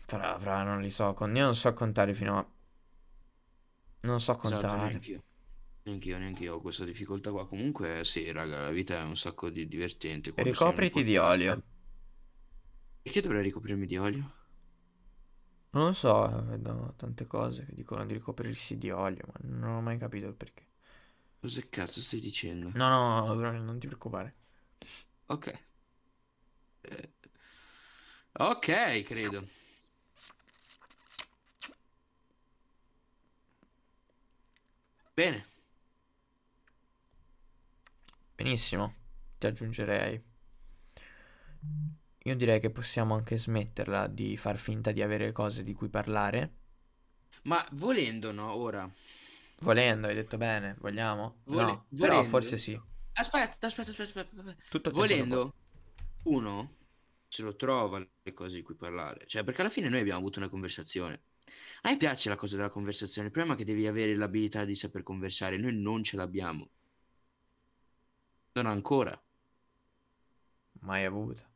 fra, fra, non li so, con... io non so contare fino a non so Esatto, contare. neanche io. Neanche io, neanche io ho questa difficoltà qua. Comunque, sì, raga, la vita è un sacco di divertente quando sei in un Ricopriti di podcast. olio. Perché dovrei ricoprirmi di olio? Non lo so, vedo tante cose che dicono di ricoprirsi di olio, ma non ho mai capito il perché. Cosa cazzo stai dicendo? No, no, Vronio, non ti preoccupare. Ok. Eh, Ok, credo. Bene. Benissimo, ti aggiungerei. Io direi che possiamo anche smetterla di far finta di avere cose di cui parlare. Ma volendo, no, ora. Volendo, hai detto bene, vogliamo? Vole- No, però volendo. forse sì. Aspetta, aspetta, aspetta, aspetta, aspetta. Tutto il tempo dopo. Volendo, uno se lo trova le cose di cui parlare. Cioè, perché alla fine noi abbiamo avuto una conversazione. A me piace la cosa della conversazione. Il problema è che devi avere l'abilità di saper conversare. Noi non ce l'abbiamo. Non ancora. Mai avuta.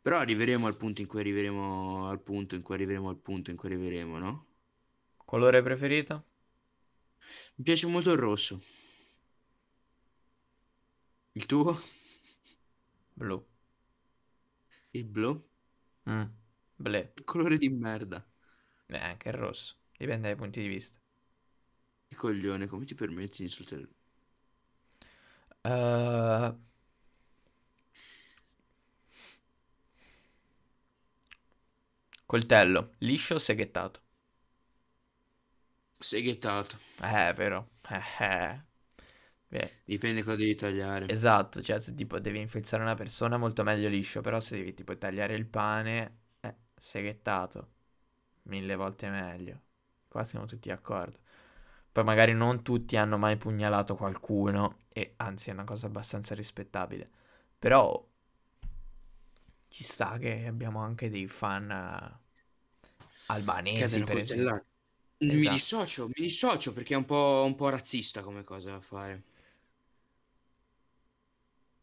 Però arriveremo al punto in cui arriveremo al punto in cui arriveremo al punto in cui arriveremo, no? Colore preferito? Mi piace molto il rosso. Il tuo? Blu. Il blu? Mm. Ble. Che colore di merda. Beh, anche il rosso. Dipende dai punti di vista. Che coglione, come ti permetti di insultare? Eh, coltello, liscio o seghettato? Seghettato. Eh, vero. Eh, eh. Beh, Dipende cosa devi tagliare. esatto, cioè se tipo devi infilzare una persona molto meglio liscio, però se devi tipo tagliare il pane, eh, seghettato. Mille volte meglio. Qua siamo tutti d'accordo. Poi magari non tutti hanno mai pugnalato qualcuno, e anzi è una cosa abbastanza rispettabile. Però ci sta che abbiamo anche dei fan eh, Che albanesi, abbiano per esempio. coltellato. Mi Esatto. dissocio, mi dissocio perché è un po', un po' razzista come cosa da fare.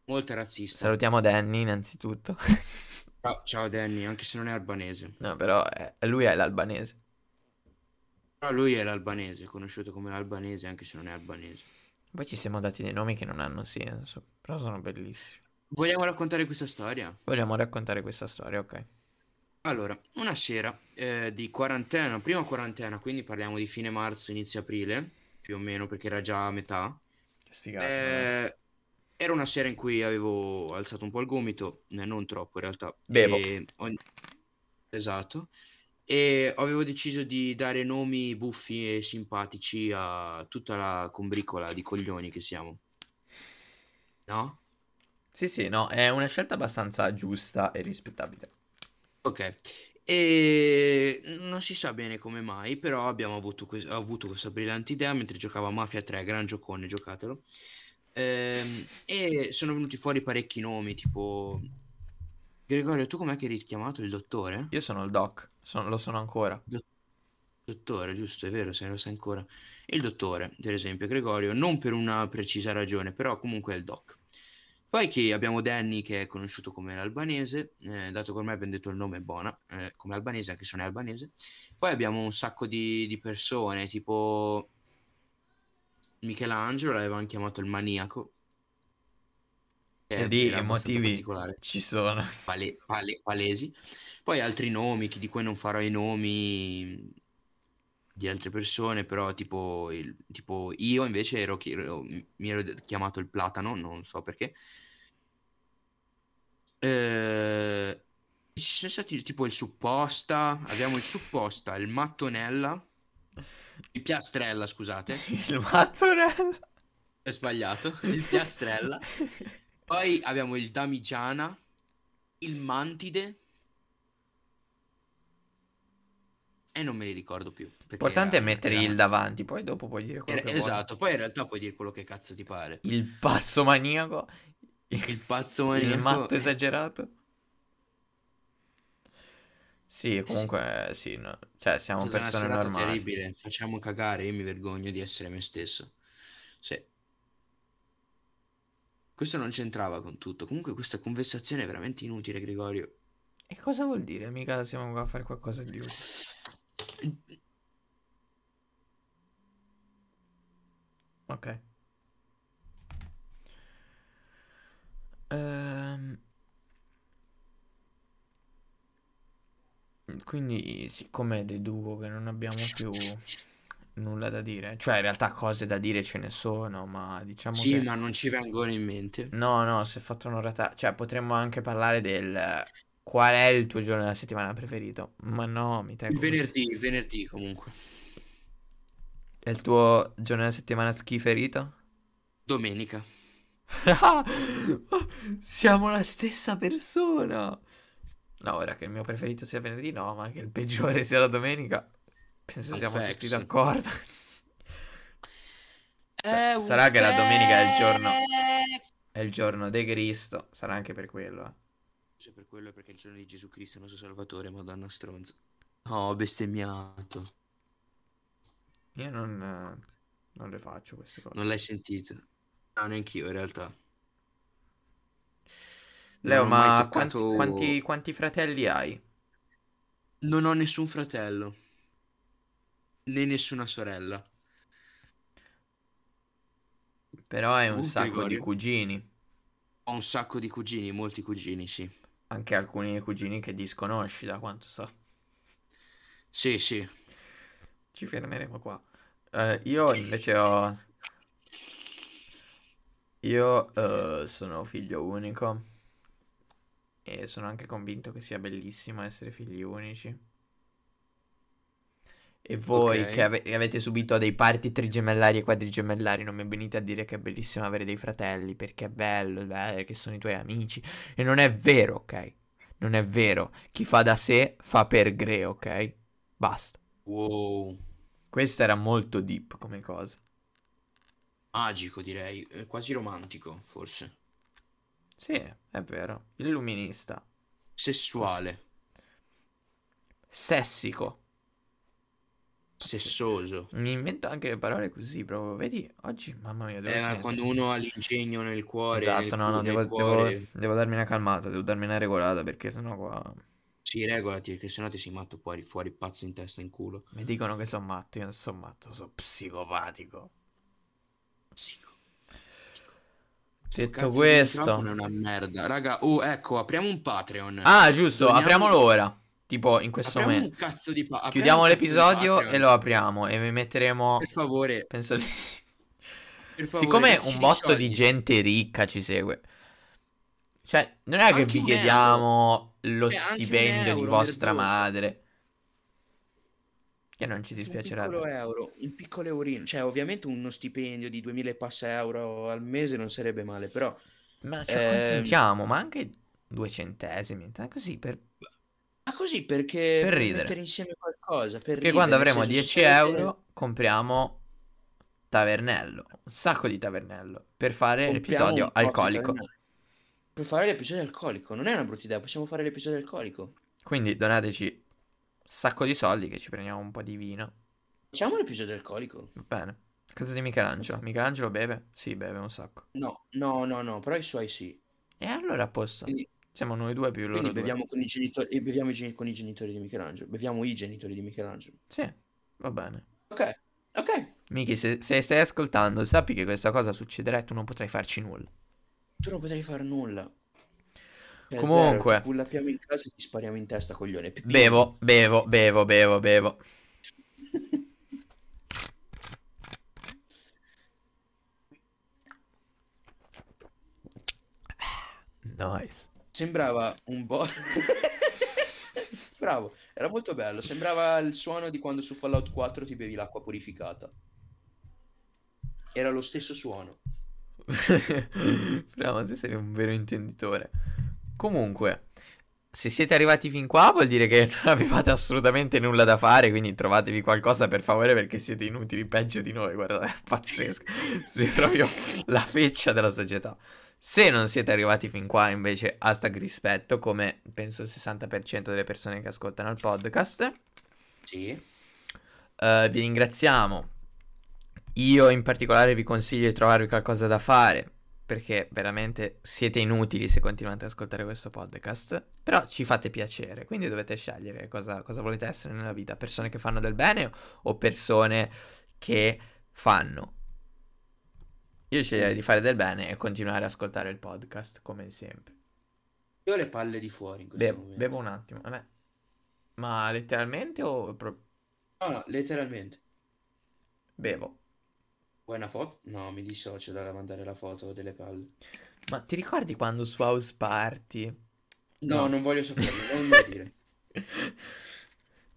Molto razzista. Salutiamo Danny innanzitutto. Ciao, ciao Danny, anche se non è albanese. No, però eh, lui è l'albanese. Però Ah, lui è l'albanese, conosciuto come l'albanese anche se non è albanese. Poi ci siamo dati dei nomi che non hanno senso, però sono bellissimi. Vogliamo raccontare questa storia? Vogliamo raccontare questa storia, ok? Allora, una sera eh, di quarantena, prima quarantena, quindi parliamo di fine marzo, inizio aprile, più o meno perché era già a metà. Che sfigata. no? Eh, era una sera in cui avevo alzato un po' il gomito, eh, non troppo in realtà. Bevo. e ogni- Esatto. E avevo deciso di dare nomi buffi e simpatici a tutta la combricola di coglioni che siamo. No? Sì, sì, no, è una scelta abbastanza giusta e rispettabile. Ok. E non si sa bene come mai, però abbiamo avuto, que- ho avuto questa brillante idea mentre giocavo a Mafia 3, gran giocone, giocatelo. Ehm, e sono venuti fuori parecchi nomi, tipo... Gregorio, tu com'è che eri chiamato il dottore? Io sono il doc, son- lo sono ancora. Dottore, giusto, è vero, se lo sai ancora. Il dottore, per esempio, Gregorio, non per una precisa ragione, però comunque è il doc. Poi che abbiamo Danny, che è conosciuto come l'albanese, eh, dato che ormai abbiamo detto il nome è Bona, eh, come albanese, anche se non è albanese. Poi abbiamo un sacco di, di persone, tipo Michelangelo, l'avevano chiamato il maniaco. che E lì era i abbastanza motivi particolare ci sono. pale- pale- palesi. Poi altri nomi chi- di cui non farò i nomi di altre persone, però tipo, il- tipo io invece ero, chi- ero- mi ero de- chiamato il platano, non so perché. Eh, ci sono stati tipo il supposta, abbiamo il supposta, il mattonella, il piastrella, scusate, Il mattonello. ho sbagliato, il piastrella. Poi abbiamo il damigiana, il mantide. E non me li ricordo più. perché L'importante è era- mettere era- il davanti, poi dopo puoi dire quello era- che vuoi. esatto, poi in realtà puoi dire quello che cazzo ti pare. Il pazzo maniaco. Il pazzo Il matto maniaco. esagerato. Sì, comunque sì, no. Cioè, È siamo stata una persone serata normali. terribile. Facciamo cagare, io mi vergogno di essere me stesso. Sì. Questo non c'entrava con tutto. Comunque questa conversazione è veramente inutile, Gregorio. E cosa vuol dire? Mica siamo qua a fare qualcosa di utile. Diciamo Ok. Ehm, Quindi, siccome deduco che non abbiamo più nulla da dire, cioè in realtà cose da dire ce ne sono, ma diciamo Sì, che... ma non ci vengono in mente. No, no, si è fatto un'orata. Cioè, potremmo anche parlare del eh, qual è il tuo giorno della settimana preferito. Ma no, mi Il tengo questo. venerdì, il venerdì comunque. È il tuo giorno della settimana schiferito? Domenica. Ah, Siamo la stessa persona. No, ora che il mio preferito sia venerdì, no, ma che il peggiore sia la domenica. Penso Un siamo tutti fax. d'accordo. È un Sarà che la domenica è il giorno. fax. È il giorno de Cristo. Sarà anche per quello. eh. Se per quello è perché è il giorno di Gesù Cristo, il nostro Salvatore, Madonna stronza. No, ho bestemmiato. Io non, eh, non le faccio queste cose. Non l'hai sentito. No, neanche io in realtà. Non Leo, ho mai ma quanti, toccato- quanti- quanti fratelli hai? Non ho nessun fratello. Né nessuna sorella. Però hai un Uh, sacco di Gregorio. cugini. Ho un sacco di cugini, molti cugini, sì. Anche alcuni cugini che disconosci, da quanto so. Sì, sì. Ci fermeremo qua. Eh, io invece ho... Io eh, sono figlio unico e sono anche convinto che sia bellissimo essere figli unici. E voi Ok. che ave- avete subito dei parti trigemellari e quadrigemellari, non mi venite a dire che è bellissimo avere dei fratelli perché è bello, eh, che sono i tuoi amici. E non è vero, ok? Non è vero. Chi fa da sé fa per gre, ok? Basta. Wow, Questa era molto deep come cosa. magico direi, eh, quasi romantico forse, Sì, è vero. Illuminista. sessuale, Sessico. sessoso. Mi invento anche le parole così, proprio. Vedi, oggi, mamma mia, devo Eh, smettere. quando uno ha l'ingegno nel cuore, nel Esatto, no, no, cu- nel devo, devo, cuore, devo darmi una calmata, devo darmi una regolata perché sennò qua si regolati perché sennò ti sei matto fuori, fuori pazzo in testa in culo. mi dicono che sono matto, io non sono matto, sono psicopatico. Psico. Detto Cazzo, il questo- microfono è una merda. Raga, oh, ecco, apriamo un Patreon. Ah, giusto, Torniamo- apriamolo ora. Tipo in questo apriamo momento. un cazzo di pa- apriamo Chiudiamo un cazzo di l'episodio Patreon. e lo apriamo e vi metteremo... Per favore, Penso di... per favore, Siccome dateci un dei botto di soldi. gente ricca ci segue, cioè, non è che Anche vi un chiediamo lo Cioè, anche un stipendio di euro, vostra vergogna. madre, che non ci dispiacerà. Un piccolo euro, un piccolo eurino. Cioè, ovviamente uno stipendio di 2000 e passa euro al mese non sarebbe male, però Ma ci Ehm. accontentiamo, ma anche due centesimi, tanto così per... ma così perché Per ridere. mettere insieme qualcosa, per perché ridere, quando nel avremo senso, 10 sarebbe- euro compriamo Tavernello, un sacco di Tavernello, per fare compriamo l'episodio un po' di alcolico. Tavernello. Per fare l'episodio alcolico, non è una brutta idea, possiamo fare l'episodio alcolico. Quindi donateci un sacco di soldi che ci prendiamo un po' di vino. Facciamo l'episodio alcolico. Va bene. Casa di Michelangelo. Michelangelo beve? Sì, beve un sacco. No, no, no, no, però i suoi sì. E allora a posto. Quindi, Siamo noi due più loro quindi due. beviamo, con i genitori, e beviamo i gen- con i genitori di Michelangelo. Beviamo i genitori di Michelangelo. Sì, va bene. Ok, ok. Miki, se, se stai ascoltando, sappi che questa cosa succederà e tu non potrai farci nulla. Tu non potrai fare nulla. Cioè, Comunque. zero, ti pullappiamo in casa e ti spariamo in testa, coglione. Pipino. Bevo, bevo, bevo, bevo, bevo. Nice. Sembrava un bo... Bravo, era molto bello. Sembrava il suono di quando su Fallout 4 ti bevi l'acqua purificata. Era lo stesso suono. Bravo, te sei un vero intenditore. Comunque, se siete arrivati fin qua vuol dire che non avevate assolutamente nulla da fare, quindi trovatevi qualcosa per favore perché siete inutili, peggio di noi, guarda, è pazzesco. Siete proprio la feccia della società. Se non siete arrivati fin qua, invece, hashtag rispetto, come penso il 60% delle persone che ascoltano il podcast. Sì. Eh, vi ringraziamo. Io in particolare vi consiglio di trovarvi qualcosa da fare, perché veramente siete inutili se continuate ad ascoltare questo podcast, però ci fate piacere, quindi dovete scegliere cosa, cosa volete essere nella vita, persone che fanno del bene o persone che fanno. Io sceglierei di fare del bene e continuare ad ascoltare il podcast come sempre. Io ho le palle di fuori in questo Bevo, momento. bevo un attimo, vabbè. ma letteralmente o pro- No, no, letteralmente. bevo? Vuoi una foto? No, mi dissocio dalla mandare la foto delle palle. Ma ti ricordi quando su House Party? No, No. non voglio saperlo, non voglio dire.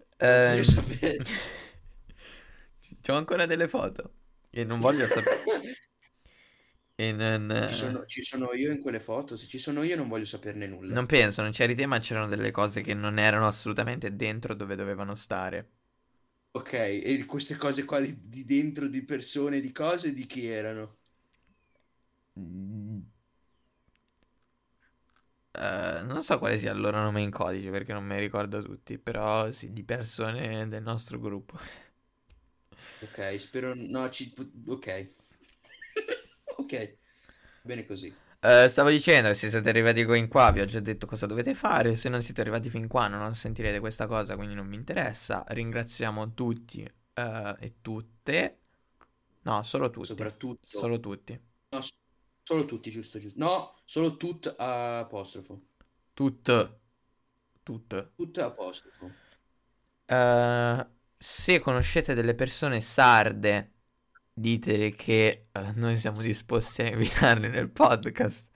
Ehm, voglio sapere. C'ho ancora delle foto. E non voglio sapere. e non, eh, Ci sono, ci sono io in quelle foto? Se ci sono io non voglio saperne nulla. non penso, non c'eri te, ma c'erano delle cose che non erano assolutamente dentro dove dovevano stare. Ok, e queste cose qua di, di dentro, di persone, di cose, di chi erano? Eh, non so quale sia il loro nome in codice perché non me li ricordo tutti, però sì, di persone del nostro gruppo. Ok, spero... No, ci... Ok. Ok. Bene così. Eh, stavo dicendo che se siete arrivati fin qua vi ho già detto cosa dovete fare, se non siete arrivati fin qua non sentirete questa cosa, quindi non mi interessa. Ringraziamo tutti eh, e tutte. No, solo tutti. Soprattutto... Solo tutti. no, s- solo tutti, giusto, giusto. No, solo tut apostrofo. Tutte. Tutte. Tut apostrofo. Eh, se conoscete delle persone sarde, ditele che eh, noi siamo disposti a invitarli nel podcast.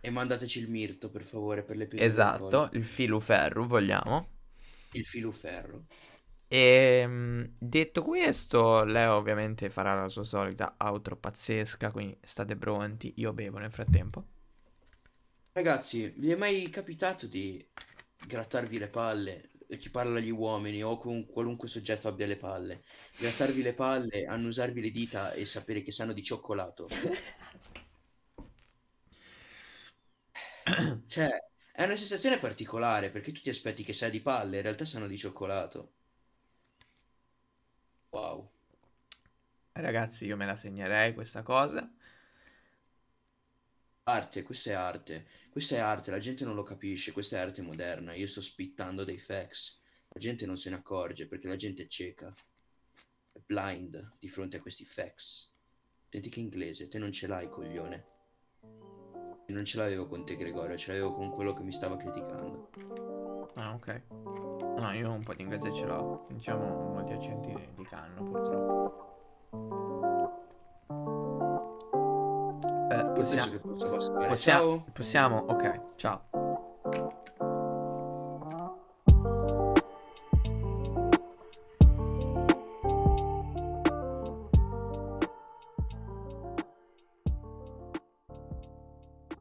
E mandateci il mirto, per favore, per le pillole Esatto, alcoliche. il filuferru vogliamo. Il filuferro. E mm, detto questo, Leo ovviamente farà la sua solita outro pazzesca, quindi state pronti, io bevo nel frattempo. Ragazzi, vi è mai capitato di grattarvi le palle? E Chi parla agli uomini o con qualunque soggetto abbia le palle. Grattarvi le palle, annusarvi le dita e sapere che sanno di cioccolato. Cioè, è una sensazione particolare perché tu ti aspetti che sa di palle, in realtà sanno di cioccolato. Wow. Ragazzi, io me la segnerei questa cosa. Arte, questa è arte, questa è arte, la gente non lo capisce, questa è arte moderna, io sto spittando dei facts, la gente non se ne accorge perché la gente è cieca, è blind di fronte a questi facts. Senti che inglese, te non ce l'hai, coglione. Io Non ce l'avevo con te, Gregorio, ce l'avevo con quello che mi stava criticando. Ah, ok. No, io un po' di inglese ce l'ho. Diciamo molti accenti di canno, purtroppo. Eh, Io possiamo, penso che posso bastare. possiamo, Ciao! Eh, possiamo, ok, ciao.